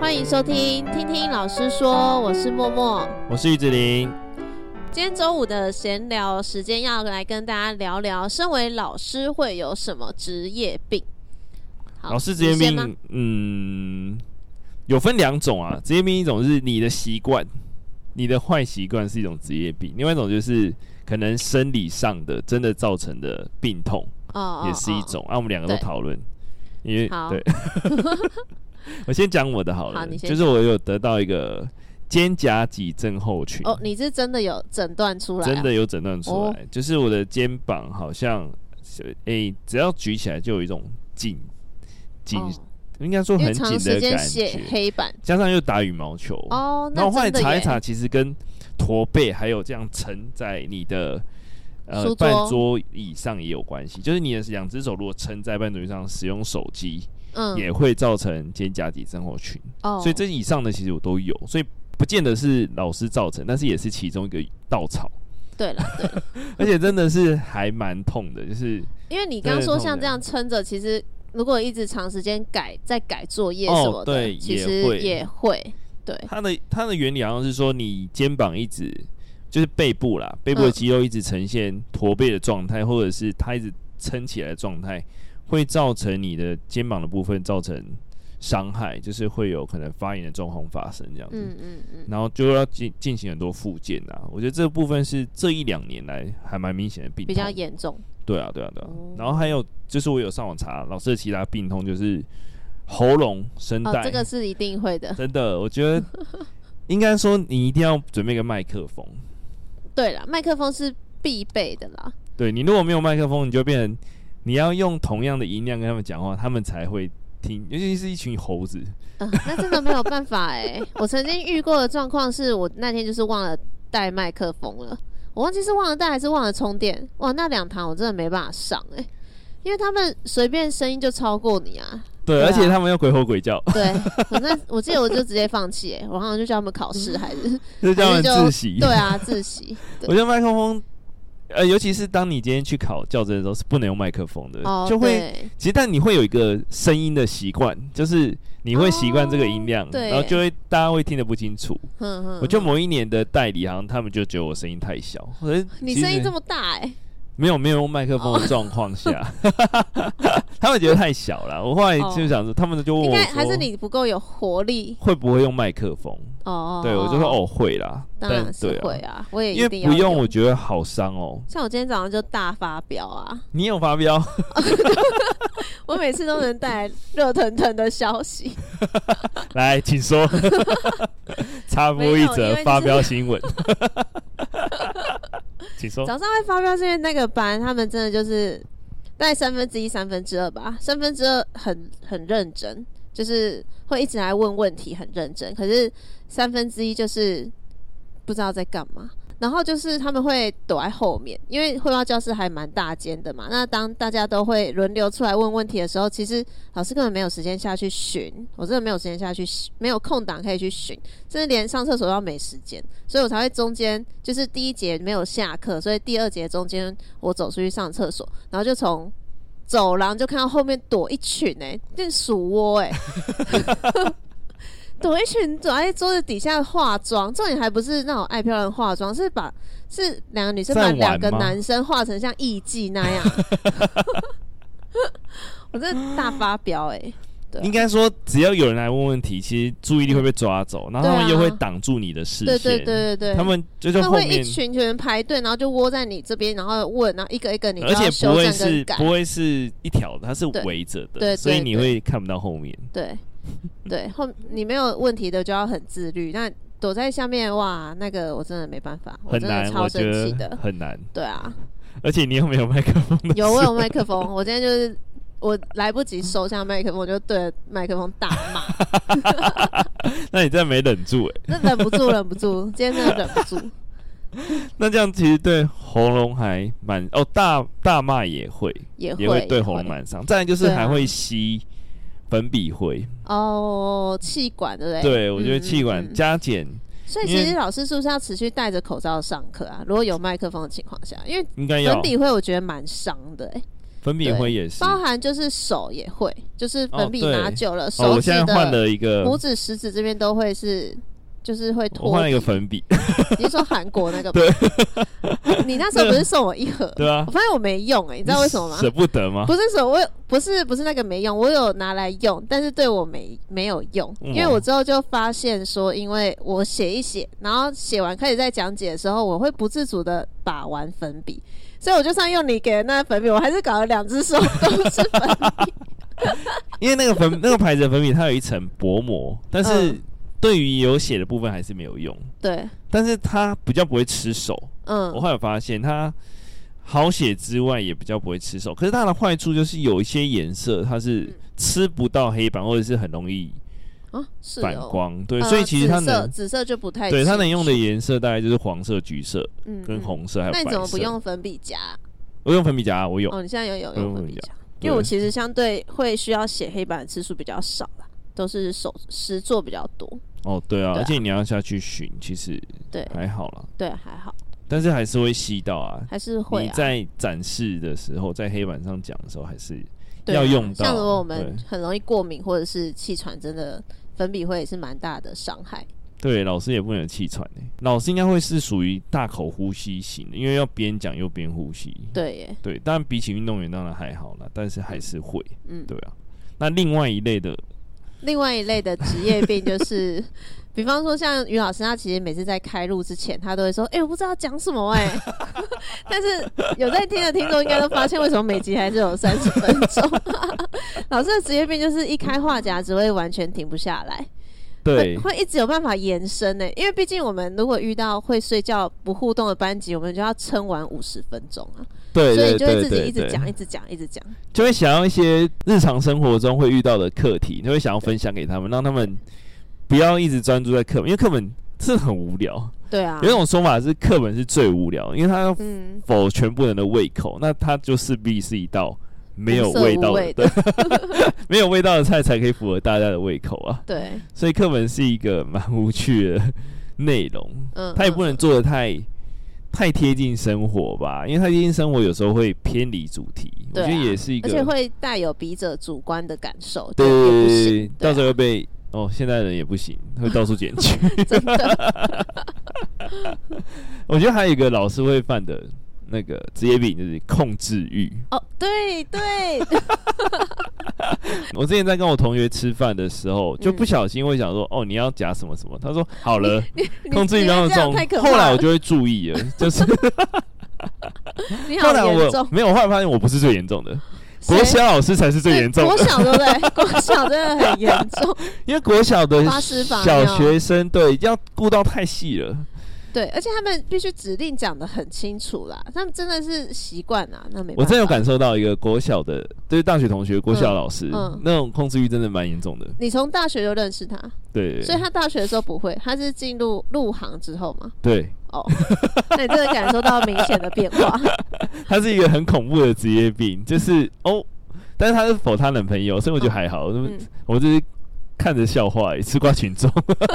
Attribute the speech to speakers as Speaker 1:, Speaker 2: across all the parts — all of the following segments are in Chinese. Speaker 1: 欢迎收听《听听老师说》，我是默默。
Speaker 2: 我是玉子林。
Speaker 1: 今天周五的闲聊时间，要来跟大家聊聊，身为老师会有什么职业病？好
Speaker 2: 老师职业
Speaker 1: 你先吗
Speaker 2: 病，嗯，有分两种啊。职业病一种是你的习惯，你的坏习惯是一种职业病；，另外一种就是可能生理上的真的造成的病痛，
Speaker 1: 哦
Speaker 2: 也是一。
Speaker 1: 哦
Speaker 2: 种。啊，我们两个都
Speaker 1: 对
Speaker 2: 讨论，因为
Speaker 1: 好
Speaker 2: 对， 我先讲我的好了，
Speaker 1: 好你先
Speaker 2: 就是我有得到一个肩胛脊症候群。
Speaker 1: 哦哦，你是真的有诊断出来、啊？
Speaker 2: 真的有诊断出来，就是我的肩膀好像，诶、只要举起来就有一种紧紧，
Speaker 1: 哦
Speaker 2: 应该说
Speaker 1: 因
Speaker 2: 很
Speaker 1: 为长
Speaker 2: 紧
Speaker 1: 时
Speaker 2: 的
Speaker 1: 间
Speaker 2: 感
Speaker 1: 写
Speaker 2: 觉，
Speaker 1: 黑板
Speaker 2: 加上又打羽毛球，
Speaker 1: 哦，
Speaker 2: 然
Speaker 1: 那
Speaker 2: 后我后来
Speaker 1: 真的
Speaker 2: 查一
Speaker 1: 耶
Speaker 2: 查，其实跟驼背还有这样撑在你的呃
Speaker 1: 书桌
Speaker 2: 半桌椅上也有关系，就是你的两只手如果撑在半桌椅上，使用手机、
Speaker 1: 嗯
Speaker 2: 也会造成肩胛底症候群。
Speaker 1: 哦，
Speaker 2: 所以这以上的其实我都有，所以不见得是老师造成，但是也是其中一个 稻草。
Speaker 1: 对了对 了，
Speaker 2: 而且真的是还蛮痛的，就是
Speaker 1: 因为你刚刚说像这样撑着，其实如果一直长时间改再改作业什么的，
Speaker 2: 哦对
Speaker 1: 其
Speaker 2: 也
Speaker 1: 实
Speaker 2: 会
Speaker 1: 也会对
Speaker 2: 它的它的原理好像是说，你肩膀一直就是背部啦，背部的
Speaker 1: 嗯
Speaker 2: 肌肉一直呈现驼背的状态，或者是它一直撑起来的状态，会造成你的肩膀的部分造成伤害，就是会有可能发炎的状况发生这样子。
Speaker 1: 嗯嗯嗯，
Speaker 2: 然后就要进进行很多复健啊，我觉得这部分是这一两年来还蛮明显的病
Speaker 1: 比
Speaker 2: 痛，
Speaker 1: 较严重
Speaker 2: 对啊，对啊，对啊。
Speaker 1: 哦
Speaker 2: 然后还有就是我有上网查老师的其他病痛，就是喉咙、声
Speaker 1: 哦
Speaker 2: 带，，
Speaker 1: 这个是一定会的。
Speaker 2: 真的，我觉得应该说你一定要准备一个麦克风。
Speaker 1: 对了，麦克风是必备的 啦。
Speaker 2: 对你如果没有麦克风，你就变成你要用同样的音量跟他们讲话，他们才会听。尤其是一群猴子，
Speaker 1: 嗯，那真的没有办法哎、我曾经遇过的状况是我那天就是忘了带麦克风了，我忘记是忘了带还是忘了充电。哇，那两堂我真的没办法上哎、因为他们随便声音就超过你啊。
Speaker 2: 对，
Speaker 1: 对啊
Speaker 2: 而且他们又鬼吼鬼叫，
Speaker 1: 对，我那我记得我就直接放弃哎、我好像就叫他们考试还 是
Speaker 2: 就叫他
Speaker 1: 还
Speaker 2: 们
Speaker 1: 是就
Speaker 2: 自习。
Speaker 1: 对啊自习。对
Speaker 2: 我觉得麦克风，呃，尤其是当你今天去考教甄的时候，是不能用麦克风的，
Speaker 1: 哦，
Speaker 2: 就会
Speaker 1: 对
Speaker 2: 其实，但你会有一个声音的习惯，就是你会习惯这个音量，
Speaker 1: 哦对
Speaker 2: 然后就会大家会听得不清楚。
Speaker 1: 哼哼
Speaker 2: 我就
Speaker 1: 哼
Speaker 2: 某一年的代理，好像他们就觉得我声音太小，可是
Speaker 1: 你
Speaker 2: 其实
Speaker 1: 声音这么大哎、
Speaker 2: 没有没有用麦克风的状况下， 他们觉得太小了。我后来就想说，他们就问
Speaker 1: 哦应
Speaker 2: 我
Speaker 1: 该
Speaker 2: 说，
Speaker 1: 还是你不够有活力
Speaker 2: 会不会用麦克风？
Speaker 1: 哦。
Speaker 2: 对我就说，哦会啦，
Speaker 1: 当
Speaker 2: 但
Speaker 1: 然是
Speaker 2: 对
Speaker 1: 会
Speaker 2: 啊，
Speaker 1: 啊，我也
Speaker 2: 因
Speaker 1: 一
Speaker 2: 为
Speaker 1: 定要
Speaker 2: 不用我觉得好伤哦。
Speaker 1: 像我今天早上就大发飙啊！
Speaker 2: 你有发 飙？
Speaker 1: 我每次都能 带来热腾腾的消息，
Speaker 2: 来，请说。插播一
Speaker 1: 没有因为就
Speaker 2: 则
Speaker 1: 是
Speaker 2: 发飙新闻， 请说。
Speaker 1: 早上会发飙是因为那个班他们真的就是大概三分之一、三分之二吧，三分之二很很认真，就是会一直来问问题，很认真。可是三分之一就是不知道在干嘛，然后就是他们会躲在后面，因为绘画教室还蛮大间的嘛。那当大家都会轮流出来问问题的时候，其实老师根本没有时间下去巡，我真的没有时间下去巡，没有空档可以去巡，甚至连上厕所都没时间，所以我才会中间就是第一节没有下课，所以第二节中间我走出去上厕所，然后就从。走廊就看到后面躲一群哎、欸， 变鼠窝哎、躲一群躲在桌子底下化妆，重点还不是那种爱漂亮的化妆，是把是两个女生
Speaker 2: 在
Speaker 1: 把
Speaker 2: 玩
Speaker 1: 两个
Speaker 2: 吗
Speaker 1: 男生化成像艺妓那 样，我真的大发飙哎、对啊
Speaker 2: 应该说，只要有人来问问题，其实注意力会被抓走，然后他
Speaker 1: 对
Speaker 2: 们
Speaker 1: 啊
Speaker 2: 又会挡住你的视
Speaker 1: 对
Speaker 2: 线。
Speaker 1: 对对对对，
Speaker 2: 他们就是
Speaker 1: 他
Speaker 2: 后
Speaker 1: 们会一
Speaker 2: 面，
Speaker 1: 群群排队，然后就窝在你这边，然后问，然后一个一个你都
Speaker 2: 而且
Speaker 1: 要
Speaker 2: 不
Speaker 1: 修
Speaker 2: 会
Speaker 1: 正
Speaker 2: 是
Speaker 1: 跟改
Speaker 2: 不。会是一条的，它是
Speaker 1: 对
Speaker 2: 围着
Speaker 1: 对对
Speaker 2: 的，所以你
Speaker 1: 对
Speaker 2: 会看不到后面。
Speaker 1: 对对，后你没有问题的就要很自律。那躲在下面哇，那个我真的没办法，我
Speaker 2: 很
Speaker 1: 真的
Speaker 2: 难，
Speaker 1: 超
Speaker 2: 我
Speaker 1: 生
Speaker 2: 觉
Speaker 1: 气
Speaker 2: 得
Speaker 1: 的。
Speaker 2: 很难，
Speaker 1: 对啊，
Speaker 2: 而且你又没有麦克风的，
Speaker 1: 有我有麦克风，我今天就是我来不及收下麦克风，我就对着麦克风大骂，
Speaker 2: 那你真的没忍住哎、
Speaker 1: 那忍不住忍不住，今天真的忍不住。
Speaker 2: 那这样其实对喉咙还蛮哦，大大骂也会，
Speaker 1: 也
Speaker 2: 也会
Speaker 1: 会
Speaker 2: 对喉咙蛮伤。再来就是
Speaker 1: 对啊
Speaker 2: 还会吸粉笔灰，
Speaker 1: 哦，气管对不对？
Speaker 2: 对我觉得
Speaker 1: 嗯
Speaker 2: 气
Speaker 1: 嗯
Speaker 2: 管
Speaker 1: 嗯
Speaker 2: 加减
Speaker 1: 所以其
Speaker 2: 因为
Speaker 1: 实老师是不是要持续戴着口罩上课啊？如果有麦克风的情况下，因为
Speaker 2: 应该要
Speaker 1: 粉笔灰我觉得蛮伤的、欸，
Speaker 2: 粉笔
Speaker 1: 对
Speaker 2: 灰也是。
Speaker 1: 包含就是手也会，就是粉笔
Speaker 2: 哦对
Speaker 1: 拿久了，手
Speaker 2: 哦，我
Speaker 1: 指
Speaker 2: 现在换
Speaker 1: 的
Speaker 2: 了一个，
Speaker 1: 拇指、食指这边都会是，就是会
Speaker 2: 我
Speaker 1: 脱
Speaker 2: 换了一个
Speaker 1: 皮
Speaker 2: 粉笔，
Speaker 1: 你是说韩国那个？
Speaker 2: 对，
Speaker 1: 你那时候不是送我一盒？
Speaker 2: 对啊
Speaker 1: 我，发现我没用哎、你知道为什么吗？
Speaker 2: 舍不得吗？
Speaker 1: 不是说我有不是不是那个没用，我有拿来用，但是对我没没有用，
Speaker 2: 嗯哦
Speaker 1: 因为我之后就发现说，因为我写一写，然后写完开始在讲解的时候，我会不自主的把玩粉笔，所以我就算用你给的那个粉笔，我还是搞了两只手都是粉 笔。
Speaker 2: 因为那 个粉那个牌子的粉笔它有一层薄膜，但是
Speaker 1: 嗯
Speaker 2: 对于有写的部分还是没有用，
Speaker 1: 对，
Speaker 2: 但是它比较不会吃手。我
Speaker 1: 嗯，
Speaker 2: 后来发现它好写之外也比较不会吃手，可是它的坏处就是有一些颜色它是
Speaker 1: 嗯
Speaker 2: 吃不到黑板，或者是很容易
Speaker 1: 啊，是
Speaker 2: 反
Speaker 1: 哦。
Speaker 2: 光。对，
Speaker 1: 呃
Speaker 2: 所以其实它
Speaker 1: 紫色
Speaker 2: 能
Speaker 1: 紫色就不太
Speaker 2: 对它
Speaker 1: 清
Speaker 2: 能用的
Speaker 1: 楚
Speaker 2: 颜色大概就是黄色、橘色
Speaker 1: 嗯
Speaker 2: 跟
Speaker 1: 嗯
Speaker 2: 红色还有白
Speaker 1: 那
Speaker 2: 色。
Speaker 1: 你怎么不用粉笔夹？
Speaker 2: 我用粉笔夹啊，我有。
Speaker 1: 哦，你现在有有
Speaker 2: 我用
Speaker 1: 用粉
Speaker 2: 粉
Speaker 1: 笔
Speaker 2: 笔
Speaker 1: 夹，
Speaker 2: 对
Speaker 1: 因为我其实相对会需要写黑板的次数比较少啦，都是手实做比较多。
Speaker 2: 哦，对啊，
Speaker 1: 对啊
Speaker 2: 而且你要下去寻，其实
Speaker 1: 对
Speaker 2: 还好啦，
Speaker 1: 对，还好，
Speaker 2: 但是还是会吸到啊。
Speaker 1: 还是会
Speaker 2: 你
Speaker 1: 啊，
Speaker 2: 在展示的时候，在黑板上讲的时候，还是
Speaker 1: 对啊
Speaker 2: 要用到
Speaker 1: 像如果我们
Speaker 2: 对
Speaker 1: 很容易过敏或者是气喘，真的粉笔会也是蛮大的伤害。
Speaker 2: 对老师也不能有气喘欸老师应该会是属于大口呼吸型的，因为要边讲又边呼吸。
Speaker 1: 对耶，
Speaker 2: 对，当然比起运动员当然还好啦，但是还是会。
Speaker 1: 嗯。
Speaker 2: 对啊，那另外一类的，
Speaker 1: 另外一类的职业病就是， 比方说像于老师，他其实每次在开录之前，他都会说：“哎、我不知道讲什么哎、 但是有在听的听众应该都发现，为什么每集还是有三十分钟？ 老师的职业病就是一开话匣只会完全停不下来，会
Speaker 2: 对
Speaker 1: 会一直有办法延伸呢、因为毕竟我们如果遇到会睡觉不互动的班级，我们就要撑完五十分钟啊，
Speaker 2: 对
Speaker 1: 所以
Speaker 2: 对
Speaker 1: 你就会
Speaker 2: 对
Speaker 1: 自己
Speaker 2: 对
Speaker 1: 一直
Speaker 2: 对，
Speaker 1: 讲、一直讲、一直讲。
Speaker 2: 就会想要一些日常生活中会遇到的课题，你会想要分享给他们，让他们不要一直专注在课本，因为课本是很无聊。
Speaker 1: 对啊
Speaker 2: 有一，种说法是课本是最无聊，因为它要
Speaker 1: 嗯，
Speaker 2: 否全部人的胃口，那它就势必是一道没有
Speaker 1: 无色无
Speaker 2: 味道
Speaker 1: 味
Speaker 2: 的，对， 没有味道的菜才可以符合大家的胃口啊。
Speaker 1: 对，
Speaker 2: 所以课本是一个蛮无趣的内容，
Speaker 1: 嗯，
Speaker 2: 它也
Speaker 1: 嗯
Speaker 2: 不能做的太太贴近生活吧，因为太贴近生活有时候会偏离主题，我
Speaker 1: 对
Speaker 2: 觉
Speaker 1: 啊
Speaker 2: 得也是一个，
Speaker 1: 而且会带有笔者主观的感受，
Speaker 2: 对
Speaker 1: 就也
Speaker 2: 对
Speaker 1: 不
Speaker 2: 对
Speaker 1: 行
Speaker 2: 对，到时候会被哦，现代人也不行，会到处检举。
Speaker 1: 真的，
Speaker 2: 我觉得还有一个老师会犯的那个职业病就是控制欲。
Speaker 1: 哦，对 对，
Speaker 2: 我之前在跟我同学吃饭的时候，就
Speaker 1: 嗯
Speaker 2: 不小心会想说，哦，你要夹什么什么，他说好了，
Speaker 1: 你
Speaker 2: 控制欲
Speaker 1: 你
Speaker 2: 没有
Speaker 1: 会这
Speaker 2: 重
Speaker 1: 样太可。怕
Speaker 2: 后来我
Speaker 1: 了
Speaker 2: 就会注意了，就是
Speaker 1: 你
Speaker 2: 后
Speaker 1: 好
Speaker 2: 来
Speaker 1: 严
Speaker 2: 我
Speaker 1: 重，
Speaker 2: 没有，我后来发现我不是最严重的，
Speaker 1: 谁
Speaker 2: 国小老师才是最
Speaker 1: 对
Speaker 2: 严重
Speaker 1: 国
Speaker 2: 的，
Speaker 1: 小对不 对？国小真的很严重，
Speaker 2: 因为国小的
Speaker 1: 发屎法
Speaker 2: 小
Speaker 1: 尿
Speaker 2: 学生对要顾到太细了。
Speaker 1: 对，而且他们必须指令讲的很清楚啦，他们真的是习惯啊，那没
Speaker 2: 我
Speaker 1: 办
Speaker 2: 真的有
Speaker 1: 法。
Speaker 2: 感受到一个国小的，就是大学同学，国小老师、
Speaker 1: 嗯
Speaker 2: 那种控制欲真的蛮严重的。
Speaker 1: 你从大学就认识他，
Speaker 2: 对，
Speaker 1: 所以他大学的时候不会，他是进入入行之后嘛。
Speaker 2: 对，
Speaker 1: 哦，那你真的感受到明显的变化，
Speaker 2: 他是一个很恐怖的职业病，就是哦，但是他是否他男朋友，所以我觉得还好，那么
Speaker 1: 嗯
Speaker 2: 我就是看着笑话而已，吃瓜群众。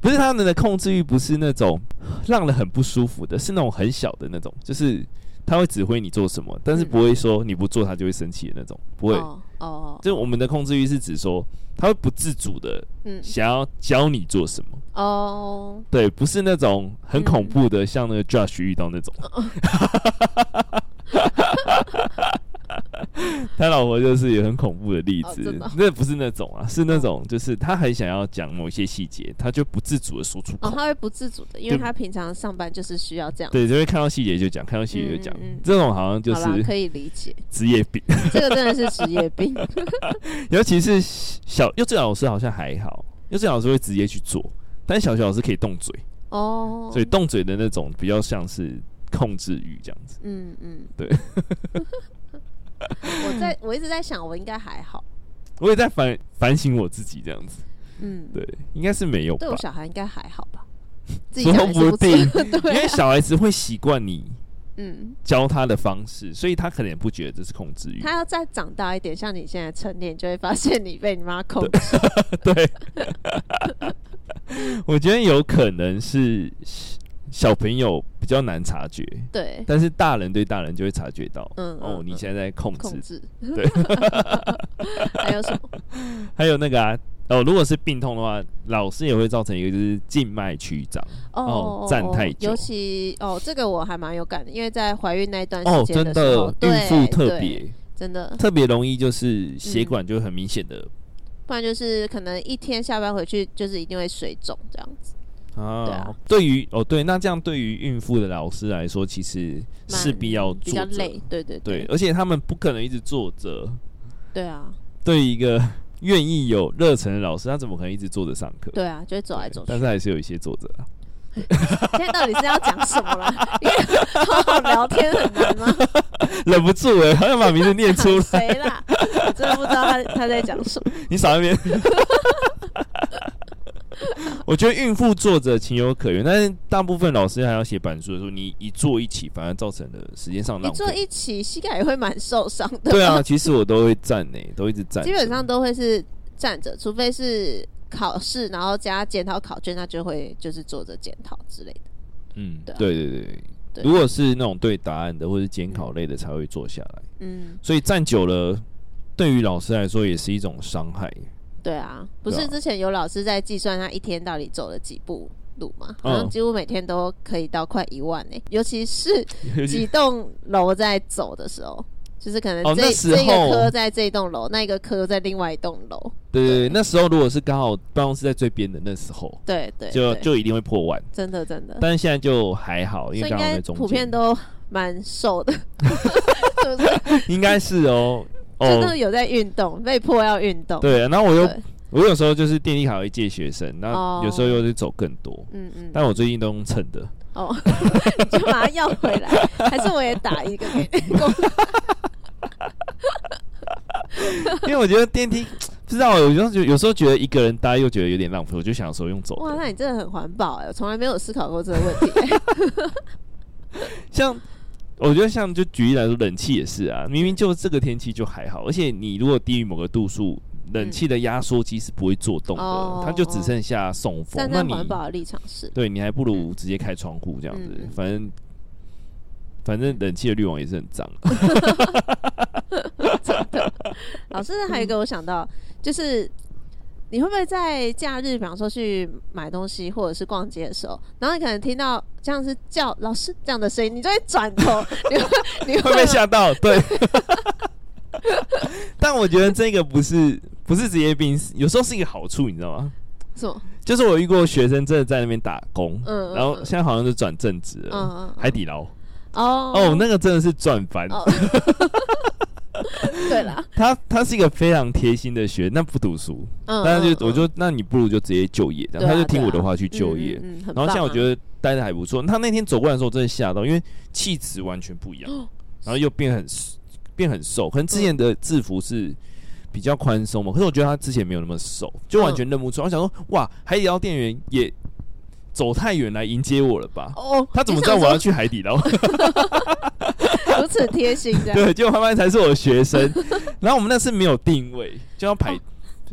Speaker 2: 不是他们的控制欲，不是那种让人很不舒服的，是那种很小的那种，就是他会指挥你做什么，但是
Speaker 1: 嗯
Speaker 2: 不会说你不做他就会生气的那种， 不会。
Speaker 1: 哦哦，
Speaker 2: 就我们的控制欲是指说，他会不自主的
Speaker 1: 嗯
Speaker 2: 想要教你做什么。
Speaker 1: 哦，
Speaker 2: 对，不是那种很恐
Speaker 1: 嗯哦
Speaker 2: 怖的，像那个 Josh 遇到那种。 他老婆就是有很恐怖的例
Speaker 1: 哦
Speaker 2: 子
Speaker 1: 真的哦，哦
Speaker 2: 那不是那种啊，是那种就是他很想要讲某些细节，他就不自主的说出
Speaker 1: 哦，
Speaker 2: 口，
Speaker 1: 他会不自主的，因为
Speaker 2: 就
Speaker 1: 他平常上班就是需要这样。
Speaker 2: 对，就会看到细节就讲，看到细节就讲
Speaker 1: 嗯嗯嗯，
Speaker 2: 这种好像就
Speaker 1: 好啦，
Speaker 2: 是
Speaker 1: 可以理解，
Speaker 2: 职业病，
Speaker 1: 这个真的是职业 病。
Speaker 2: 尤其是小幼稚园老师好像还好，幼稚园老师会直接去做，但小学老师可以动嘴，
Speaker 1: 哦，
Speaker 2: 所以动嘴的那种比较像是控制欲这样子。
Speaker 1: 嗯嗯，
Speaker 2: 对。
Speaker 1: 我在我一直在想，我应该还好。
Speaker 2: 我也在反反省我自己这样子，
Speaker 1: 嗯，
Speaker 2: 对，应该是没有吧
Speaker 1: 对我，小孩应该还好 吧？自己
Speaker 2: 说
Speaker 1: 讲也是
Speaker 2: 不定
Speaker 1: 错
Speaker 2: 因
Speaker 1: 对
Speaker 2: 为
Speaker 1: 啊，
Speaker 2: 小孩子会习惯你
Speaker 1: 嗯，
Speaker 2: 教他的方式，所以他可能也不觉得这是控制欲，
Speaker 1: 他要再长大一点，像你现在成年，就会发现你被你妈控制。
Speaker 2: 对，我觉得有可能是小朋友比比较难察觉，
Speaker 1: 对，
Speaker 2: 但是大人对大人就会察觉到，
Speaker 1: 嗯
Speaker 2: 哦，
Speaker 1: 嗯
Speaker 2: 你
Speaker 1: 嗯
Speaker 2: 现在在控制
Speaker 1: 控制。
Speaker 2: 对，
Speaker 1: 还有什么？
Speaker 2: 还有那个啊，哦，如果是病痛的话，老师也会造成一个就是静脉曲张。哦站太久
Speaker 1: 尤其哦，这个我还蛮有感的，因为在怀孕那一段
Speaker 2: 哦，
Speaker 1: 时间
Speaker 2: 真
Speaker 1: 时候，
Speaker 2: 的，孕
Speaker 1: 对，
Speaker 2: 妇特
Speaker 1: 对
Speaker 2: 别
Speaker 1: 真的，
Speaker 2: 特别容易就是
Speaker 1: 嗯
Speaker 2: 血管就很明显的、
Speaker 1: 不然就是可能一天下班回去就是一定会水肿这样子。对
Speaker 2: 啊
Speaker 1: 啊。
Speaker 2: 对于哦对，那这样对于孕妇的老师来说，其实
Speaker 1: 蛮
Speaker 2: 势必要
Speaker 1: 比
Speaker 2: 坐
Speaker 1: 较
Speaker 2: 着，
Speaker 1: 累，嗯对对
Speaker 2: 对，
Speaker 1: 对
Speaker 2: 而且他们不可能一直坐着。
Speaker 1: 对啊，
Speaker 2: 对呃于一个 愿意有热忱的老师，他怎么可能一直坐着上课？
Speaker 1: 对啊，就会走来走去
Speaker 2: 但。是还是有一些坐着啊。
Speaker 1: 现在到底是要讲什么了？因为好好聊天很难吗？
Speaker 2: 忍不住哎、欸，好想把名字念出
Speaker 1: 讲
Speaker 2: 来。
Speaker 1: 谁啦？我真的不知道他他在讲什么。
Speaker 2: 你少那边。 我觉得孕妇坐着情有可原，但是大部分老师还要写板书的时候，你一坐一起，反而造成了时间上
Speaker 1: 你
Speaker 2: 浪
Speaker 1: 坐
Speaker 2: 费。
Speaker 1: 一起，膝盖也会蛮受伤 的。
Speaker 2: 对啊，其实我都会站呢、都一直站着。
Speaker 1: 基本上都会是站着，除非是考试，然后加检讨考卷，那就会就是坐着检讨之类的。
Speaker 2: 嗯，
Speaker 1: 对啊
Speaker 2: 对对对对。
Speaker 1: 对
Speaker 2: 如果是那种对答案的或是监考类的，才会坐下来。
Speaker 1: 嗯，
Speaker 2: 所以站久了，对于老师来说也是一种伤害。
Speaker 1: 对啊，不
Speaker 2: 对
Speaker 1: 是
Speaker 2: 啊
Speaker 1: 之前有老师在计算他一天到底走了几步路吗？好像
Speaker 2: 嗯
Speaker 1: 几乎每天都可以到快一万呢、尤其是几栋楼在走的时候。就是可能
Speaker 2: 哦
Speaker 1: 这、
Speaker 2: 那时候
Speaker 1: 这个科在这一栋楼，那一个科在另外一栋楼，
Speaker 2: 对对对，那时候如果是刚好办公室在最边的那时候，
Speaker 1: 对对
Speaker 2: 就
Speaker 1: 对
Speaker 2: 就一定会破万。
Speaker 1: 真的真的，
Speaker 2: 但是现在就还好，因
Speaker 1: 所以
Speaker 2: 为
Speaker 1: 应
Speaker 2: 刚好
Speaker 1: 该
Speaker 2: 在中间。
Speaker 1: 普遍都蛮瘦的，是不是？
Speaker 2: 应该是哦，
Speaker 1: 真的
Speaker 2: 哦，
Speaker 1: 有在运动，被迫要运动。
Speaker 2: 对，啊然后我又
Speaker 1: 对
Speaker 2: 我有时候就是电力卡会借学生，那
Speaker 1: 哦
Speaker 2: 有时候又是走更多，
Speaker 1: 嗯嗯，
Speaker 2: 但我最近都用蹭的，
Speaker 1: 哦， 你就把它要回来，还是我也打一个给你？
Speaker 2: 因为我觉得电梯不知道，有时候觉有时候觉得一个人搭又觉得有点浪费，我就想说用走
Speaker 1: 哇，那
Speaker 2: 的，
Speaker 1: 你真的很环保哎、我从来没有思考过这个问 题、哎
Speaker 2: 像。我觉得像就举例来说，冷气也是啊，明明就这个天气就还好，而且你如果低于某个度数，冷
Speaker 1: 嗯
Speaker 2: 气的压缩机是不会做动的，
Speaker 1: 哦
Speaker 2: 它就只剩下送风
Speaker 1: 站。
Speaker 2: 那
Speaker 1: 在
Speaker 2: 你
Speaker 1: 环保的立场是，
Speaker 2: 对你还不如直接开窗户这样子，
Speaker 1: 嗯
Speaker 2: 反正反正冷气的滤网也是 很脏。
Speaker 1: 老师还有一个我想到，嗯就是你会不会在假日，比方说去买东西或者是逛街的时候，然后你可能听到这样是叫老师这样的声音，你就会转 头，你会你
Speaker 2: 会被
Speaker 1: 吗
Speaker 2: 吓到，对。 但我觉得这个不是不是职业病，是有时候是一个好处，你知道吗？
Speaker 1: 什么？
Speaker 2: 就是我遇过学生真的在那边打工，
Speaker 1: 嗯嗯
Speaker 2: 然后
Speaker 1: 嗯
Speaker 2: 现在好像是转正职了，
Speaker 1: 嗯嗯嗯
Speaker 2: 海底捞
Speaker 1: 哦
Speaker 2: 哦，那个真的是赚翻。
Speaker 1: 哦，对啦，
Speaker 2: 他他是一个非常贴心的学生，那不读书，
Speaker 1: 嗯，
Speaker 2: 但是
Speaker 1: 嗯
Speaker 2: 就我就那你不如就直接就业，这
Speaker 1: 对
Speaker 2: 样
Speaker 1: 啊
Speaker 2: 他就听我的
Speaker 1: 对啊
Speaker 2: 话去就业。
Speaker 1: 嗯嗯嗯很
Speaker 2: 然后现在我
Speaker 1: 棒啊
Speaker 2: 觉得待的还不错，他那天走过来的时候我真的吓到，因为气质完全不一样，
Speaker 1: 哦
Speaker 2: 然后又变很变很瘦，可能之前的制服是比较宽松嘛，可是我觉得他之前没有那么瘦，就完全认不出来。我想说，哇，海底捞店员也走太远来迎接我了吧？
Speaker 1: 哦，
Speaker 2: 他怎么
Speaker 1: 你
Speaker 2: 知道
Speaker 1: 想
Speaker 2: 我要去海底捞？
Speaker 1: 说如此贴心这样？
Speaker 2: 对，结果他妈才是我的学生。然后我们那次没有定位，就要排、
Speaker 1: 哦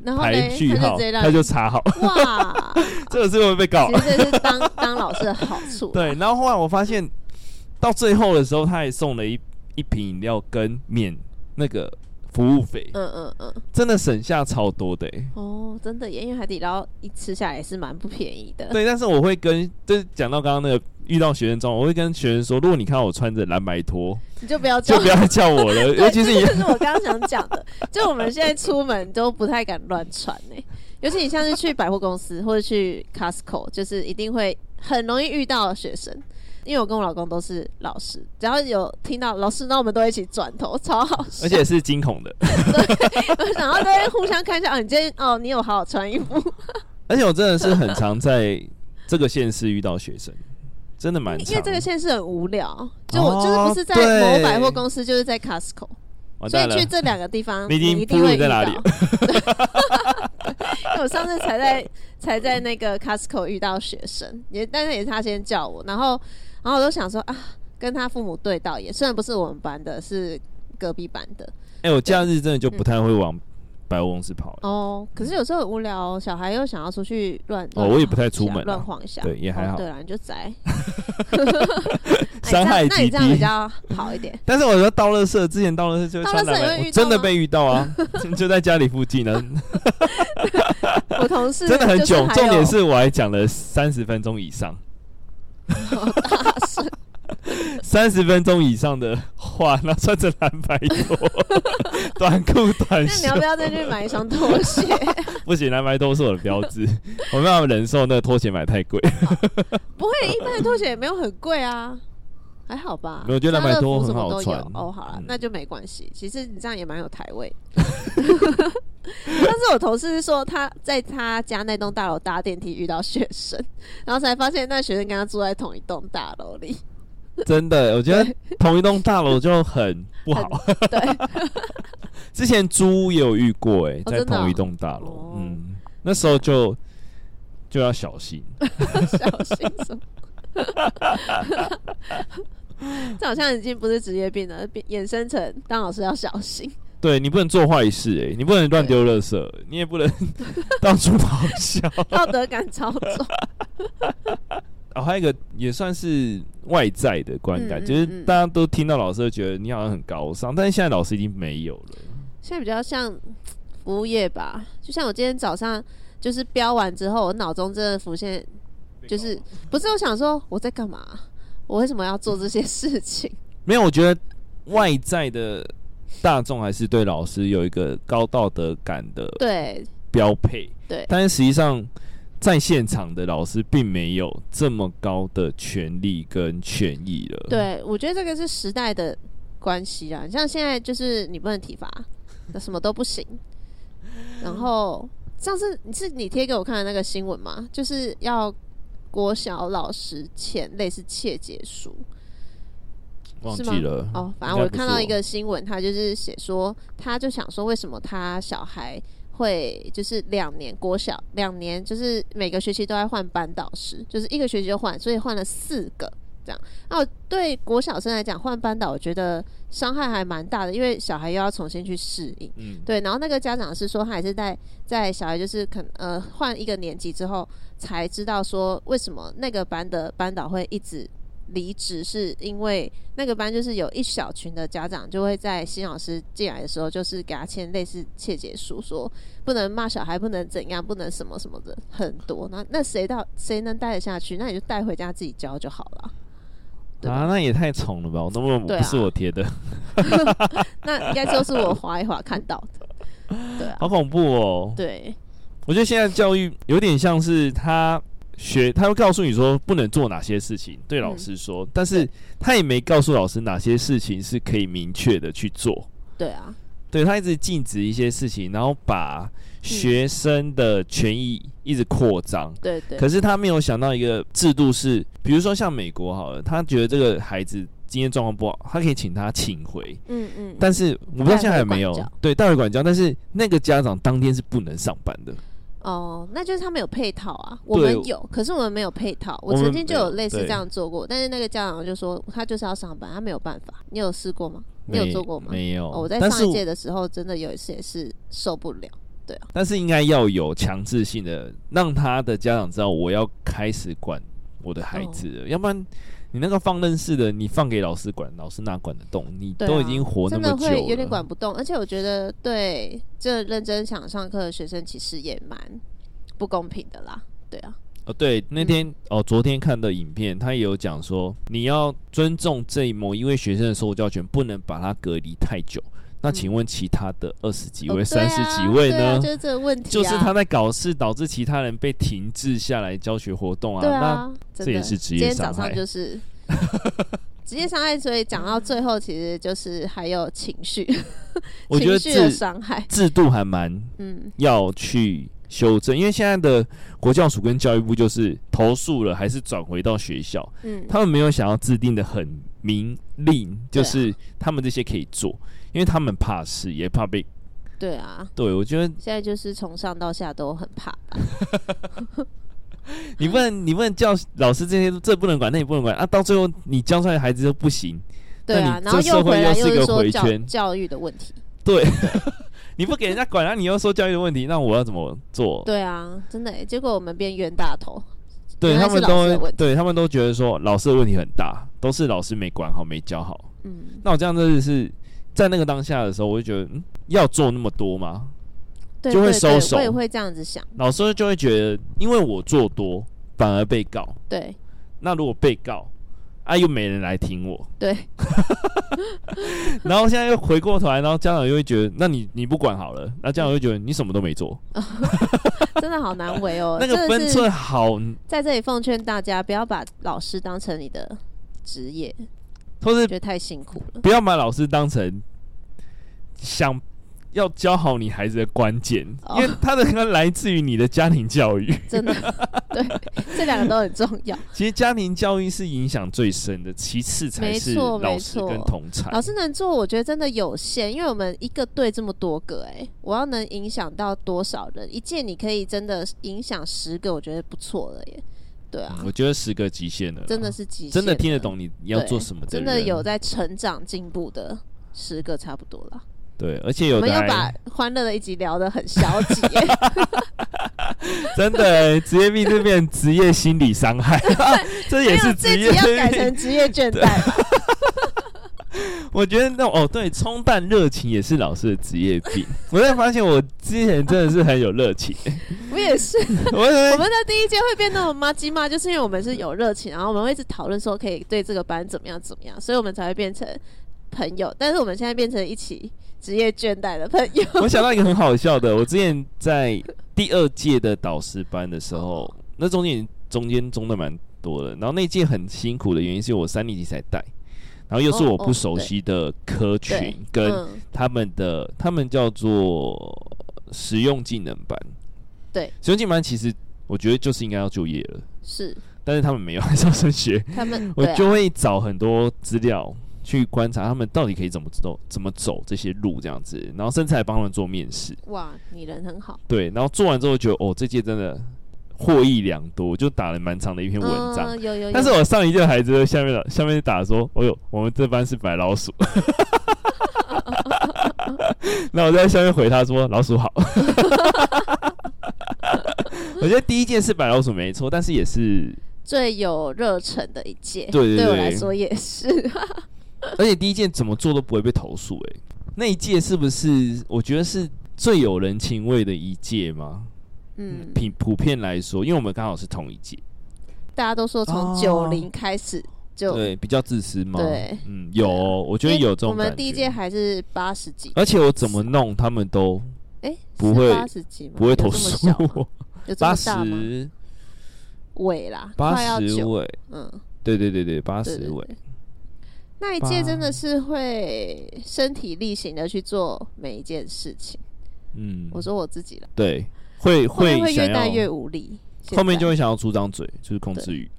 Speaker 1: 然后
Speaker 2: 排
Speaker 1: 嘞
Speaker 2: 句
Speaker 1: 他
Speaker 2: 号
Speaker 1: 就 直接，让
Speaker 2: 他
Speaker 1: 你
Speaker 2: 就查好，
Speaker 1: 哇，
Speaker 2: 这个是会被告
Speaker 1: 其。实这是当当老师的好处。啊
Speaker 2: 对，，然后后来我发现，到最后的时候，他还送了一一瓶饮料跟免那个服务费，
Speaker 1: 嗯嗯嗯，
Speaker 2: 真的省下超多的、欸。
Speaker 1: 哦，真的耶，因为海底捞一吃下来也是蛮不便宜的。
Speaker 2: 对，但是我会跟，就是讲到刚刚那个遇到学生中，我会跟学生说，如果你看到我穿着蓝白拖，
Speaker 1: 你就不要
Speaker 2: 就
Speaker 1: 叫
Speaker 2: 不。要叫 我了，尤其是
Speaker 1: 这
Speaker 2: 你
Speaker 1: 个就是我刚刚想讲的，就我们现在出门都不太敢乱穿呢、尤其你像是去百货公司或者去 Costco，就是一定会很容易遇到学生。因为我跟我老公都是老师，只要有听到老师，那我们都一起转头，超好笑。
Speaker 2: 而且是惊 恐的。
Speaker 1: 然后都会互相看一下，哦，你今天哦，你有好好穿衣服，
Speaker 2: 而且我真的是很常在这个县市遇到学生，真的蛮
Speaker 1: 因为
Speaker 2: 常。
Speaker 1: 这个现在是很无聊，就我、
Speaker 2: 哦
Speaker 1: 就是不是在
Speaker 2: 对
Speaker 1: 某百货公司，就是在 Costco，
Speaker 2: 完
Speaker 1: 所
Speaker 2: 蛋
Speaker 1: 以
Speaker 2: 了
Speaker 1: 去，这两个地方，
Speaker 2: 你已经
Speaker 1: 一定会遇
Speaker 2: 步入在哪
Speaker 1: 到。
Speaker 2: 里
Speaker 1: 对 因为我上次才在才在那个 Costco 遇到学生，也但是也是他先叫我，然后然后我都想说啊，跟他父母对到眼，虽然不是我们班的，是隔壁班的，嗯
Speaker 2: 哎、我假日真的就不太会往百货公司跑、欸
Speaker 1: 哦，可是有时候很无聊，小孩又想要出去乱。
Speaker 2: 哦
Speaker 1: 乱
Speaker 2: 我也不
Speaker 1: 晃
Speaker 2: 太
Speaker 1: 一
Speaker 2: 出
Speaker 1: 下
Speaker 2: 门啊
Speaker 1: 乱晃一下。
Speaker 2: 对也还
Speaker 1: 哦
Speaker 2: 好
Speaker 1: 对啦，你就 宅。 那你
Speaker 2: 伤害
Speaker 1: 哎这样那
Speaker 2: 极
Speaker 1: 你这样比
Speaker 2: 低。
Speaker 1: 较好一点。
Speaker 2: 但是我说到乐色之前到乐色就会
Speaker 1: 到
Speaker 2: 穿
Speaker 1: 垃圾
Speaker 2: 蓝
Speaker 1: 也
Speaker 2: 蓝，
Speaker 1: 会
Speaker 2: 我
Speaker 1: 遇
Speaker 2: 真的
Speaker 1: 到吗
Speaker 2: 被遇到 啊，就在家里附近呢，
Speaker 1: 我同事
Speaker 2: 真的很
Speaker 1: 啊就是
Speaker 2: 囧。
Speaker 1: 还
Speaker 2: 重点
Speaker 1: 有
Speaker 2: 是我还讲了三十分钟以上， 三十分钟以上的话，那穿着蓝白拖、 短裤、
Speaker 1: 那
Speaker 2: 短
Speaker 1: 你
Speaker 2: 袖
Speaker 1: 要，不要再去买一双拖鞋？
Speaker 2: 不行，蓝白拖是我的标志， 我没办法忍受那个拖鞋买太贵。
Speaker 1: 不会，一般的拖鞋也没有很贵啊，还好吧。
Speaker 2: 没有我觉得
Speaker 1: 家乐
Speaker 2: 蓝白拖
Speaker 1: 福
Speaker 2: 很
Speaker 1: 什么
Speaker 2: 好
Speaker 1: 都有
Speaker 2: 穿
Speaker 1: 哦，好了
Speaker 2: 嗯，
Speaker 1: 那就没关系。其实你这样也蛮有台 位。但是我同事说他在他家那栋大楼搭电梯遇到学生， 然后才发现那学生跟他住在同一栋大楼里。
Speaker 2: 真的，我觉得同一栋大楼就很不好。
Speaker 1: 对，
Speaker 2: 之前租屋也有遇过、哎、
Speaker 1: 哦
Speaker 2: 在
Speaker 1: 真的哦
Speaker 2: 同一栋大楼，
Speaker 1: 哦
Speaker 2: 嗯，那时候就就要小心。
Speaker 1: 小心什么？ 这好像已经不是职业病了，变衍生成当老师要小 心。
Speaker 2: 对你不能做坏事、哎，你不能乱丢垃圾，欸你也不 能到处咆哮。
Speaker 1: 道德感超重。
Speaker 2: 哦，还有一个也算是外在的观感，
Speaker 1: 嗯嗯
Speaker 2: 就是
Speaker 1: 嗯
Speaker 2: 大家都听到老师会觉得你好像很高尚，但是现在老师已经没有了。
Speaker 1: 现在比较像服务业吧，就像我今天早上就是标完之后，我脑中真的浮现，就是不是我想说我在干嘛，我为什么要做这些事情？
Speaker 2: 没有，我觉得外在的大众还是对老师有一个高道德感的
Speaker 1: 对
Speaker 2: 标配，
Speaker 1: 对，
Speaker 2: 但是实际上在现场的老师并没有这么高的权利跟权益了。，
Speaker 1: 对，我觉得这个是时代的关系啊。像现在就是你不能体罚，那什么都不行。然后上次是你贴给我看的那个新闻吗？就是要国小老师签类似切结书，
Speaker 2: 忘
Speaker 1: 是
Speaker 2: 记
Speaker 1: 吗
Speaker 2: 了。
Speaker 1: 哦，反正
Speaker 2: 应该
Speaker 1: 我
Speaker 2: 不
Speaker 1: 看
Speaker 2: 是
Speaker 1: 到一个新闻，他就是写说，他就想说，为什么他小孩会就是两年国小两年，就是每个学期都在换班导师，就是一个学期就换，所以换了四个这样。那我对国小生来讲，换班导我觉得伤害还蛮大的，因为小孩又要重新去适应。
Speaker 2: 嗯，
Speaker 1: 对，然后那个家长是说，他也是在在小孩就是可能呃换一个年级之后，才知道说为什么那个班的班导会一直离职，是因为那个班就是有一小群的家长就会在新老师进来的时候，就是给他签类似切结书，说不能骂小孩，不能怎样，不能什么什么的，很多。那那谁到谁能待得下去？那你就带回家自己教就好了。对吧
Speaker 2: 啊，那也太宠了吧！我那么
Speaker 1: 对啊
Speaker 2: 不是我贴的，
Speaker 1: 那应该就是我划一划看到的。 对啊，
Speaker 2: 好恐怖哦！
Speaker 1: 对，
Speaker 2: 我觉得现在教育有点像是他学，他会告诉你说不能做哪些事情，对老
Speaker 1: 嗯
Speaker 2: 师说，但是他也没告诉老师哪些事情是可以明确的去做。
Speaker 1: 对啊，
Speaker 2: 对他一直禁止一些事情，然后把学生的权益一直扩张。
Speaker 1: 对对。
Speaker 2: 可是他没有想到一个制度是，比如说像美国好了，他觉得这个孩子今天状况不好，他可以请他请回，
Speaker 1: 嗯嗯，
Speaker 2: 但是我不知道现在还有没
Speaker 1: 带回
Speaker 2: 有
Speaker 1: 管教
Speaker 2: 对带回管教，但是那个家长当天是不能上班的。
Speaker 1: 哦，那就是他们有配套啊，我们有，可是我们没有配套。我
Speaker 2: 我们
Speaker 1: 曾经就有
Speaker 2: 没有
Speaker 1: 类似
Speaker 2: 对
Speaker 1: 这样做过，但是那个家长就说他就是要上班，他没有办法。你有试过吗？你有
Speaker 2: 没
Speaker 1: 做过吗？
Speaker 2: 没有，
Speaker 1: 哦我在
Speaker 2: 但
Speaker 1: 上
Speaker 2: 是
Speaker 1: 一届的时候，真的有一次也是受不了。
Speaker 2: 但是应该要有强制性的，让他的家长知道我要开始管我的孩子
Speaker 1: 哦
Speaker 2: 了，要不然你那个放任式的，你放给老师管，老师哪管得动？你
Speaker 1: 对啊
Speaker 2: 都已经活那
Speaker 1: 真
Speaker 2: 么
Speaker 1: 的
Speaker 2: 久
Speaker 1: 会
Speaker 2: 了，
Speaker 1: 有点管不动，而且我觉得对这认真想上课的学生其实也蛮不公平的啦。对啊，
Speaker 2: 哦，对，那天、哦，昨天看的影片，他也有讲说，你要尊重这某一位学生的受教权，不能把他隔离太久。那请问其他的二十几
Speaker 1: 嗯哦
Speaker 2: 位、
Speaker 1: 对
Speaker 2: 三
Speaker 1: 啊
Speaker 2: 十、几位
Speaker 1: 对啊
Speaker 2: 呢？
Speaker 1: 就是这个问题啊，
Speaker 2: 就是他在搞事，导致其他人被停滞下来教学活动
Speaker 1: 对
Speaker 2: 那
Speaker 1: 啊，真
Speaker 2: 这也
Speaker 1: 的
Speaker 2: 是职
Speaker 1: 今
Speaker 2: 业
Speaker 1: 天早
Speaker 2: 伤害
Speaker 1: 上就是 职业伤害，所以讲到最后，其实就是还有情绪，
Speaker 2: 我觉 得
Speaker 1: 情绪的
Speaker 2: 制
Speaker 1: 伤害。
Speaker 2: 制度还蛮
Speaker 1: 嗯，
Speaker 2: 要去修正，因为现在的国教署跟教育部就是投诉了，还是转回到学校，
Speaker 1: 嗯，
Speaker 2: 他们没有想要制定的很明令，
Speaker 1: 对
Speaker 2: 就
Speaker 1: 啊
Speaker 2: 是他们这些可以做，因为他们怕事，也怕被。
Speaker 1: 对啊，
Speaker 2: 对，我觉得
Speaker 1: 现在就是从上到下都很怕吧。
Speaker 2: 你不能，你不能叫老师这些，这不能管，那也不能管啊，到最后你教出来的孩子都不行，
Speaker 1: 对啊，然
Speaker 2: 那
Speaker 1: 后
Speaker 2: 你这社
Speaker 1: 又
Speaker 2: 会
Speaker 1: 回来
Speaker 2: 又是一
Speaker 1: 是
Speaker 2: 个
Speaker 1: 说
Speaker 2: 回
Speaker 1: 教
Speaker 2: 圈
Speaker 1: 教育的问题，
Speaker 2: 你不给人家管，然后你又说教育的问题，那我要怎么做？
Speaker 1: 对啊，真的耶，结果我们变冤大头。
Speaker 2: 对
Speaker 1: 原来
Speaker 2: 他
Speaker 1: 是
Speaker 2: 们
Speaker 1: 老师的
Speaker 2: 都
Speaker 1: 问题
Speaker 2: 对他们都觉得说老师的问题很大，都是老师没管好、没教好。
Speaker 1: 嗯，
Speaker 2: 那我这样真的是在那个当下的时候，我就觉得、嗯、要做那么多吗？
Speaker 1: 对
Speaker 2: 就会
Speaker 1: 对
Speaker 2: 收
Speaker 1: 对
Speaker 2: 手
Speaker 1: 我也会这样子想。
Speaker 2: 老师就会觉得，因为我做多反而被告，
Speaker 1: 对
Speaker 2: 那如果被告啊又没人来听我，
Speaker 1: 对，
Speaker 2: 然后现在又回过头来，然后家长又会觉得，那你你不管好了，那家长又觉得你什么都没做，
Speaker 1: 真的好难为哦
Speaker 2: 。那个
Speaker 1: 真
Speaker 2: 分
Speaker 1: 的是
Speaker 2: 寸好，
Speaker 1: 在这里奉劝大家，不要把老师当成你的职业，
Speaker 2: 或是
Speaker 1: 觉得太辛苦了。
Speaker 2: 不要把老师当成想要教好你孩子的关键，
Speaker 1: 哦
Speaker 2: 因为他的他来自于你的家庭教育。
Speaker 1: 真的，对，这两个都很重要。
Speaker 2: 其实家庭教育是影响最深的，其次才
Speaker 1: 没
Speaker 2: 是
Speaker 1: 错
Speaker 2: 老
Speaker 1: 没
Speaker 2: 师
Speaker 1: 错
Speaker 2: 跟同才。
Speaker 1: 老师能做，我觉得真的有限，因为我们一个队这么多个、哎，我要能影响到多少人？一届你可以真的影响十个，我觉得不错了耶。对啊，
Speaker 2: 我觉得十个极限了啦，
Speaker 1: 真的是极限，
Speaker 2: 嗯真的听得，懂你要做什么
Speaker 1: 真
Speaker 2: 的
Speaker 1: 的
Speaker 2: 人
Speaker 1: 有在成长进步的十个差不多了。
Speaker 2: 对，而且
Speaker 1: 我
Speaker 2: 有
Speaker 1: 们
Speaker 2: 的
Speaker 1: 又
Speaker 2: 还
Speaker 1: 把欢乐的一集聊得很消极、哎
Speaker 2: 真的欸职业病就变成职业心理伤 害，这 也
Speaker 1: 没有
Speaker 2: 是
Speaker 1: 这
Speaker 2: 职
Speaker 1: 集
Speaker 2: 业
Speaker 1: 要改
Speaker 2: 病。
Speaker 1: 成职业倦怠 吧。
Speaker 2: 我觉得那种哦，对，冲淡热情也是老师的职业病。我才发现我之前真的是很有热情，
Speaker 1: 我也是，
Speaker 2: 我
Speaker 1: 我
Speaker 2: 以为
Speaker 1: 们的第一届会变那么妈鸡嘛，就是因为我们是有热情，然后我们会一直讨论说可以对这个班怎么样怎么样，所以我们才会变成朋友。但是我们现在变成一起职业倦怠的朋友。
Speaker 2: 我想到一个很好笑的，我之前在第二届的导师班的时候，那中间中间中的蛮多的，然后那届很辛苦的原因是我三年级才带，然后又是
Speaker 1: 哦
Speaker 2: 我
Speaker 1: 哦
Speaker 2: 不熟
Speaker 1: 对
Speaker 2: 悉的科群
Speaker 1: 对
Speaker 2: 跟
Speaker 1: 嗯，
Speaker 2: 他们的他们叫做实用技能班。
Speaker 1: 对，
Speaker 2: 实用技能班其实我觉得就是应该要就业了，
Speaker 1: 是
Speaker 2: 但是他们没有，还是要升 学。
Speaker 1: 他们，
Speaker 2: 我
Speaker 1: 对啊
Speaker 2: 就会找很多资料去观察他们到底可以怎么走怎么走这些路这样子，然后甚至还帮他们做面试。
Speaker 1: 哇，你人很好，
Speaker 2: 对，然后做完之后觉得哦，这届真的获益良多，我就打了蛮长的一篇文章。
Speaker 1: 嗯、有有有，
Speaker 2: 但是我上一届的孩子在下面打下面打说，哦呦，我们这班是白老鼠。 那我在下面回他说老鼠好。 我觉得第一件是白老鼠没错，但是也是，
Speaker 1: 最有热忱的一届，
Speaker 2: 对对
Speaker 1: 哎我
Speaker 2: 对
Speaker 1: 来说也是。嗯
Speaker 2: 而且第一件怎么做都不会被投诉。哎，那一届是不是？我觉得是最有人情味的一届吗？
Speaker 1: 嗯，
Speaker 2: 普普遍来说，因为我们刚好是同一届，
Speaker 1: 大家都说从
Speaker 2: 哦
Speaker 1: 九零开始就，
Speaker 2: 对，比较自私吗？
Speaker 1: 对啊
Speaker 2: 嗯，有哦、我觉
Speaker 1: 因
Speaker 2: 得
Speaker 1: 为
Speaker 2: 有这种
Speaker 1: 我
Speaker 2: 感觉。
Speaker 1: 们第一届还是八十几，
Speaker 2: 而且我怎么弄，他们都
Speaker 1: 哎，
Speaker 2: 不会
Speaker 1: 八十几吗？
Speaker 2: 不会投
Speaker 1: 有
Speaker 2: 诉
Speaker 1: 这么小吗
Speaker 2: 我。
Speaker 1: 有这
Speaker 2: 八
Speaker 1: 么
Speaker 2: 十
Speaker 1: 大吗？尾啦，
Speaker 2: 八
Speaker 1: 快要
Speaker 2: 十
Speaker 1: 九，
Speaker 2: 位，
Speaker 1: 嗯，
Speaker 2: 对对对对，八
Speaker 1: 对
Speaker 2: 十
Speaker 1: 对
Speaker 2: 位，
Speaker 1: 对。那一届
Speaker 2: 八
Speaker 1: 真的是会身体力行的去做每一件事情。
Speaker 2: 嗯，
Speaker 1: 我说我自己了，
Speaker 2: 对，会
Speaker 1: 后面会
Speaker 2: 想
Speaker 1: 越带越
Speaker 2: 要，
Speaker 1: 无力，现
Speaker 2: 后面
Speaker 1: 在
Speaker 2: 就会想要出张嘴，就是控制欲。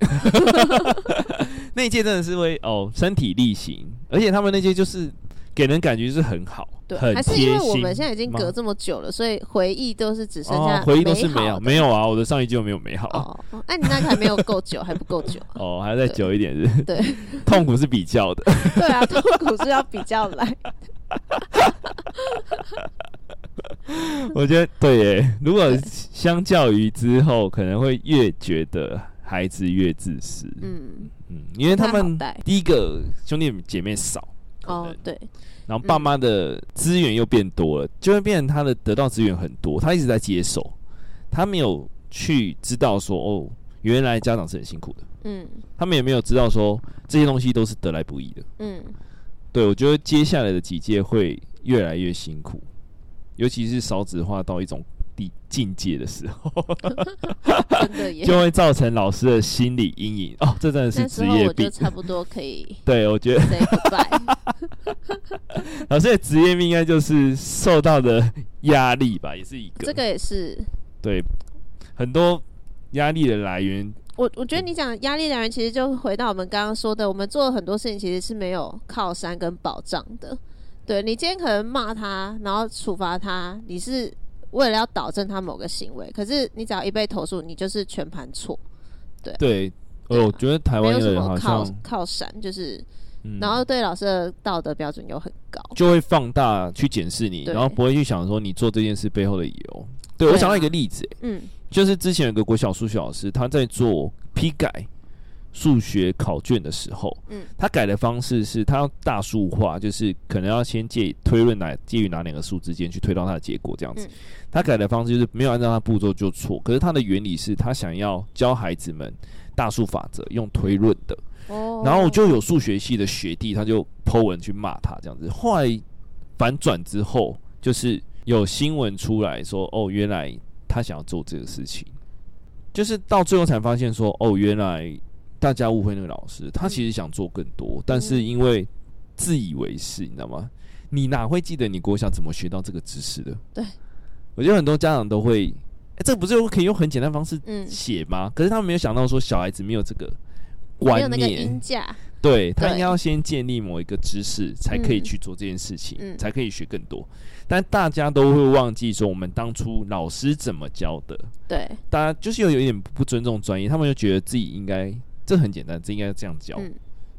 Speaker 2: 那一届真的是会哦，身体力行，而且他们那届就是给人感觉就是很好，
Speaker 1: 对，
Speaker 2: 很
Speaker 1: 还是因
Speaker 2: 贴
Speaker 1: 为我
Speaker 2: 心吗。
Speaker 1: 们现在已经隔这么久了，所以回忆都是只剩下
Speaker 2: 哦，回忆都是
Speaker 1: 美
Speaker 2: 美
Speaker 1: 好
Speaker 2: 好，
Speaker 1: 的
Speaker 2: 没有啊，我的上一届没有美好啊，
Speaker 1: 哦，哦那你那个还没有够久，还不够久啊。
Speaker 2: 哦，还要再久一点是不是，
Speaker 1: 对，
Speaker 2: 痛苦是比较的。
Speaker 1: 对啊，痛苦是要比较来。
Speaker 2: 我觉得对耶，如果相较于之后，可能会越觉得孩子越自私。
Speaker 1: 嗯，
Speaker 2: 嗯，因为他
Speaker 1: 不太好
Speaker 2: 们
Speaker 1: 带
Speaker 2: 第一个兄弟姐妹少，
Speaker 1: 哦，对，
Speaker 2: 然后爸妈的资源又变多了，就会变成他的得到资源很多，他一直在接受，他没有去知道说哦，原来家长是很辛苦的，
Speaker 1: 嗯
Speaker 2: 他们也没有知道说这些东西都是得来不易的。
Speaker 1: 嗯，
Speaker 2: 对，我觉得接下来的几届会越来越辛苦，尤其是少子化到一种地境界的时候，
Speaker 1: 真的耶。
Speaker 2: 就会造成老师的心理阴影。哦，这真的是
Speaker 1: 那时
Speaker 2: 职
Speaker 1: 候
Speaker 2: 业
Speaker 1: 我就
Speaker 2: 病。
Speaker 1: 差不多可以
Speaker 2: 对，我觉得
Speaker 1: say goodbye。
Speaker 2: 老师的职业病应该就是受到的压力吧，也是一个。
Speaker 1: 这个也是，
Speaker 2: 对，很多压力的来源，
Speaker 1: 我我
Speaker 2: 嗯
Speaker 1: 觉得你讲压力来源，其实就回到我们刚刚说的，我们做了很多事情其实是没有靠山跟保障的。对你今天可能骂他，然后处罚他，你是为了要导正他某个行为，可是你只要一被投诉，你就是全盘错，
Speaker 2: 对，呃，我觉得台
Speaker 1: 没
Speaker 2: 湾
Speaker 1: 有什
Speaker 2: 人
Speaker 1: 么
Speaker 2: 好
Speaker 1: 靠
Speaker 2: 像
Speaker 1: 靠山，就是
Speaker 2: 嗯
Speaker 1: 然后对老师的道德标准又很高。
Speaker 2: 就会放大去检视你，
Speaker 1: 对
Speaker 2: 然后不会去想说你做这件事背后的理由。对
Speaker 1: 对
Speaker 2: 我想到
Speaker 1: 啊
Speaker 2: 一个例子、欸
Speaker 1: 嗯，
Speaker 2: 就是之前有个国小数学老师，他在做批改数学考卷的时候，
Speaker 1: 嗯
Speaker 2: 他改的方式是他要大数化，就是可能要先介推论哪介于哪两个数之间去推到它的结果这样子。
Speaker 1: 嗯
Speaker 2: 他改的方式就是没有按照他步骤就错，可是他的原理是他想要教孩子们大数法则，用推论的。
Speaker 1: 哦
Speaker 2: 然后就有数学系的学弟，他就 Po 文去骂他这样子。后来反转之后，就是有新闻出来说，哦，原来他想要做这个事情，就是到最后才发现说，哦，原来大家误会那个老师，他其实想做更多，
Speaker 1: 嗯
Speaker 2: 但是因为自以为是，你知道吗？你哪会记得你国小怎么学到这个知识的？
Speaker 1: 对，
Speaker 2: 我觉得很多家长都会，哎、这个不是可以用很简单的方式
Speaker 1: 嗯，
Speaker 2: 写吗？可是他们没有想到说，小孩子没有这个观
Speaker 1: 没
Speaker 2: 念，
Speaker 1: 有那个音架，
Speaker 2: 对他
Speaker 1: 对
Speaker 2: 应该要先建立某一个知识，才可以
Speaker 1: 嗯
Speaker 2: 去做这件事情，
Speaker 1: 嗯
Speaker 2: 才可以学更多。但大家都会忘记说，我们当初老师怎么教的，
Speaker 1: 对，
Speaker 2: 大家就是有有一点不尊重专业，他们就觉得自己应该这很简单，这应该这样教。
Speaker 1: 嗯，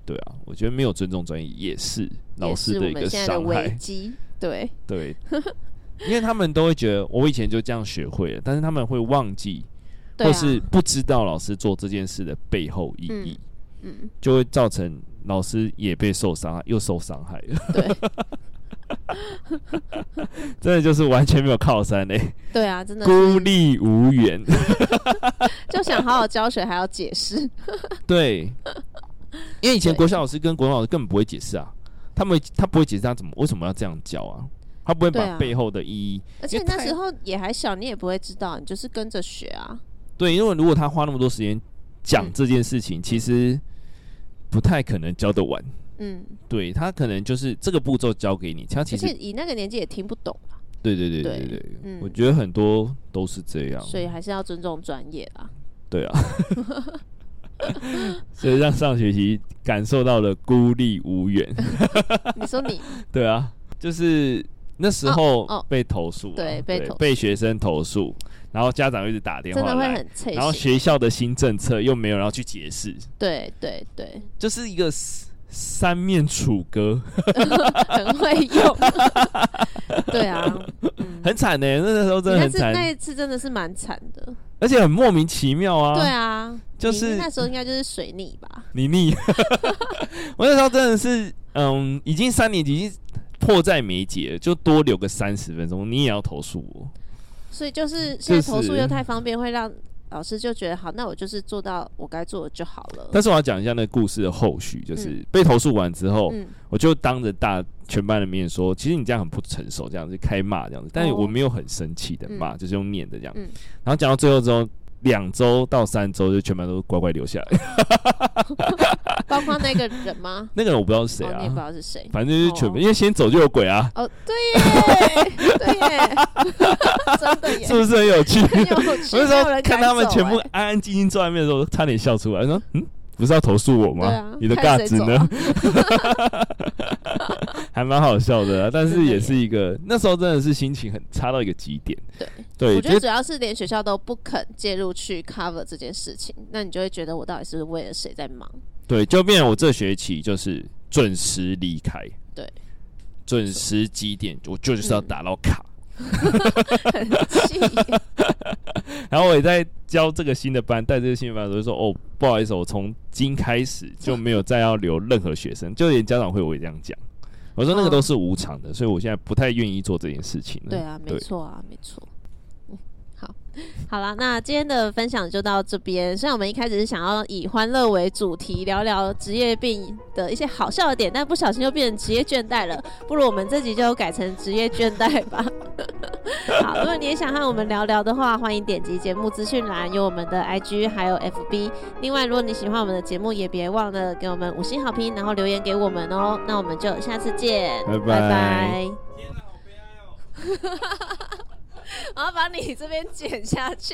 Speaker 2: 对啊，我觉得没有尊重专业也是老
Speaker 1: 也
Speaker 2: 师
Speaker 1: 是我
Speaker 2: 一
Speaker 1: 们
Speaker 2: 个
Speaker 1: 现在的
Speaker 2: 伤
Speaker 1: 危
Speaker 2: 害。
Speaker 1: 机，对，
Speaker 2: 对， 因为他们都会觉得我以前就这样学会了，但是他们会忘记，
Speaker 1: 对啊，
Speaker 2: 或是不知道老师做这件事的背后意义。
Speaker 1: 嗯嗯，
Speaker 2: 就会造成老师也被受伤害，又受伤害了。
Speaker 1: 对
Speaker 2: 真的就是完全没有靠山嘞、
Speaker 1: 对啊，真的
Speaker 2: 孤
Speaker 1: 是
Speaker 2: 立无 援。
Speaker 1: 就想好好教学，还要解 释，
Speaker 2: 对，因为以前
Speaker 1: 对
Speaker 2: 国小老师跟国文老师根本不会解释啊，他们他不会解释他怎么为什么要这样教啊，他不会
Speaker 1: 对
Speaker 2: 把
Speaker 1: 啊
Speaker 2: 背后的意义。
Speaker 1: 而
Speaker 2: 因
Speaker 1: 且
Speaker 2: 为
Speaker 1: 那
Speaker 2: 太
Speaker 1: 时候也还小，你也不会知道，你就是跟着学啊，
Speaker 2: 对，因为如果他花那么多时间讲
Speaker 1: 嗯
Speaker 2: 这件事情，其实不太可能教得完。
Speaker 1: 嗯，
Speaker 2: 对他可能就是这个步骤教给你，他
Speaker 1: 而
Speaker 2: 其
Speaker 1: 且
Speaker 2: 实
Speaker 1: 以那个年纪也听不懂啦，
Speaker 2: 对对对对
Speaker 1: 对
Speaker 2: 对，
Speaker 1: 嗯
Speaker 2: 我觉得很多都是这样。
Speaker 1: 所以还是要尊重专业 啦，
Speaker 2: 对啊， 所以让上学期感受到了孤立无援。
Speaker 1: 你说你
Speaker 2: 对啊，就是那时候
Speaker 1: 哦哦
Speaker 2: 被投诉啊、
Speaker 1: 对被投诉
Speaker 2: 被学生投诉，然后家长一直打电
Speaker 1: 真
Speaker 2: 话
Speaker 1: 的会
Speaker 2: 来，
Speaker 1: 很脆
Speaker 2: 然后
Speaker 1: 心，
Speaker 2: 学校的新政策又没有人要去解释，
Speaker 1: 对对对，
Speaker 2: 就是一个 s- 三面楚歌，
Speaker 1: 很会用， 对啊，嗯，
Speaker 2: 很惨呢、那时候真
Speaker 1: 你
Speaker 2: 的
Speaker 1: 那
Speaker 2: 很
Speaker 1: 次那
Speaker 2: 惨，
Speaker 1: 一次真的是蛮惨的，
Speaker 2: 而且很莫名其妙啊。
Speaker 1: 对啊，
Speaker 2: 就是
Speaker 1: 你那时候应该就是水逆吧，
Speaker 2: 你腻。 我那时候真的是，嗯，已经三年级，已经迫在眉睫了，就多留个三十分钟，你也要投诉我。
Speaker 1: 所以就是现在投
Speaker 2: 就
Speaker 1: 诉
Speaker 2: 是
Speaker 1: 又太方便，会让老师就觉得好，那我就是做到我该做的就好了。
Speaker 2: 但是我要讲一下那个故事的后续，就是
Speaker 1: 嗯
Speaker 2: 被投诉完之后，
Speaker 1: 嗯，
Speaker 2: 我就当着大全班的面说，其实你这样很不成熟，这样子开骂这样子，但是
Speaker 1: 哦
Speaker 2: 我没有很生气的骂，
Speaker 1: 嗯
Speaker 2: 就是用念的这样。
Speaker 1: 嗯
Speaker 2: 然后讲到最后之后。两周到三周，就全班都乖乖留下来。？
Speaker 1: 包括那个人吗
Speaker 2: 那个人我不知道是谁
Speaker 1: 哦，你也不知
Speaker 2: 啊，
Speaker 1: 道是谁。
Speaker 2: 反正就是全班，
Speaker 1: 哦
Speaker 2: 因为先走就有鬼啊，
Speaker 1: 哦，对耶，对耶， 真的 耶
Speaker 2: 是，不是很有趣？
Speaker 1: 很有趣。
Speaker 2: 我
Speaker 1: 没
Speaker 2: 那时候
Speaker 1: 有人敢
Speaker 2: 看他们
Speaker 1: 走
Speaker 2: 全部
Speaker 1: 哎
Speaker 2: 安安静静坐在那边的时候，我差点笑出来，我说：“嗯，不是要投诉我吗？
Speaker 1: 对啊
Speaker 2: 你的
Speaker 1: 看
Speaker 2: 尬
Speaker 1: 谁
Speaker 2: 子
Speaker 1: 走
Speaker 2: 呢
Speaker 1: 啊？”
Speaker 2: 还蛮好笑的、啊，但
Speaker 1: 真
Speaker 2: 是
Speaker 1: 的
Speaker 2: 也
Speaker 1: 耶
Speaker 2: 是一个那时候真的是心情很差到一个极点。
Speaker 1: 对
Speaker 2: 对，
Speaker 1: 我觉得
Speaker 2: 就
Speaker 1: 主要是连学校都不肯介入去 cover 这件事情，那你就会觉得我到底是为了谁在 忙？
Speaker 2: 对，就变成我这学期就是准时离开，
Speaker 1: 对，
Speaker 2: 准时几点我就是要
Speaker 1: 嗯
Speaker 2: 打到卡。
Speaker 1: 很气耶，
Speaker 2: 然后我也在教这个新的班，带这个新的班的时候就说：“哦，不好意思，我从今开始就没有再要留任何学生，就连家长会我也这样讲。”我说那个
Speaker 1: 嗯
Speaker 2: 都是无偿的，所以我现在不太愿意做这件事情了。
Speaker 1: 对啊，没
Speaker 2: 对
Speaker 1: 错啊，没错。嗯，好，好啦，那今天的分享就到这边。虽然我们一开始是想要以欢乐为主题，聊聊职业病的一些好笑的点，但不小心就变成职业倦怠了。不如我们这集就改成职业倦怠吧。好，如果你也想和我们聊聊的话，欢迎点击节目资讯栏，有我们的 IG 还有 FB。另外，如果你喜欢我们的节目，也别忘了给我们五星好评，然后留言给我们哦。那我们就下次见，
Speaker 2: 拜拜
Speaker 1: 拜拜 我要把你这边剪下去。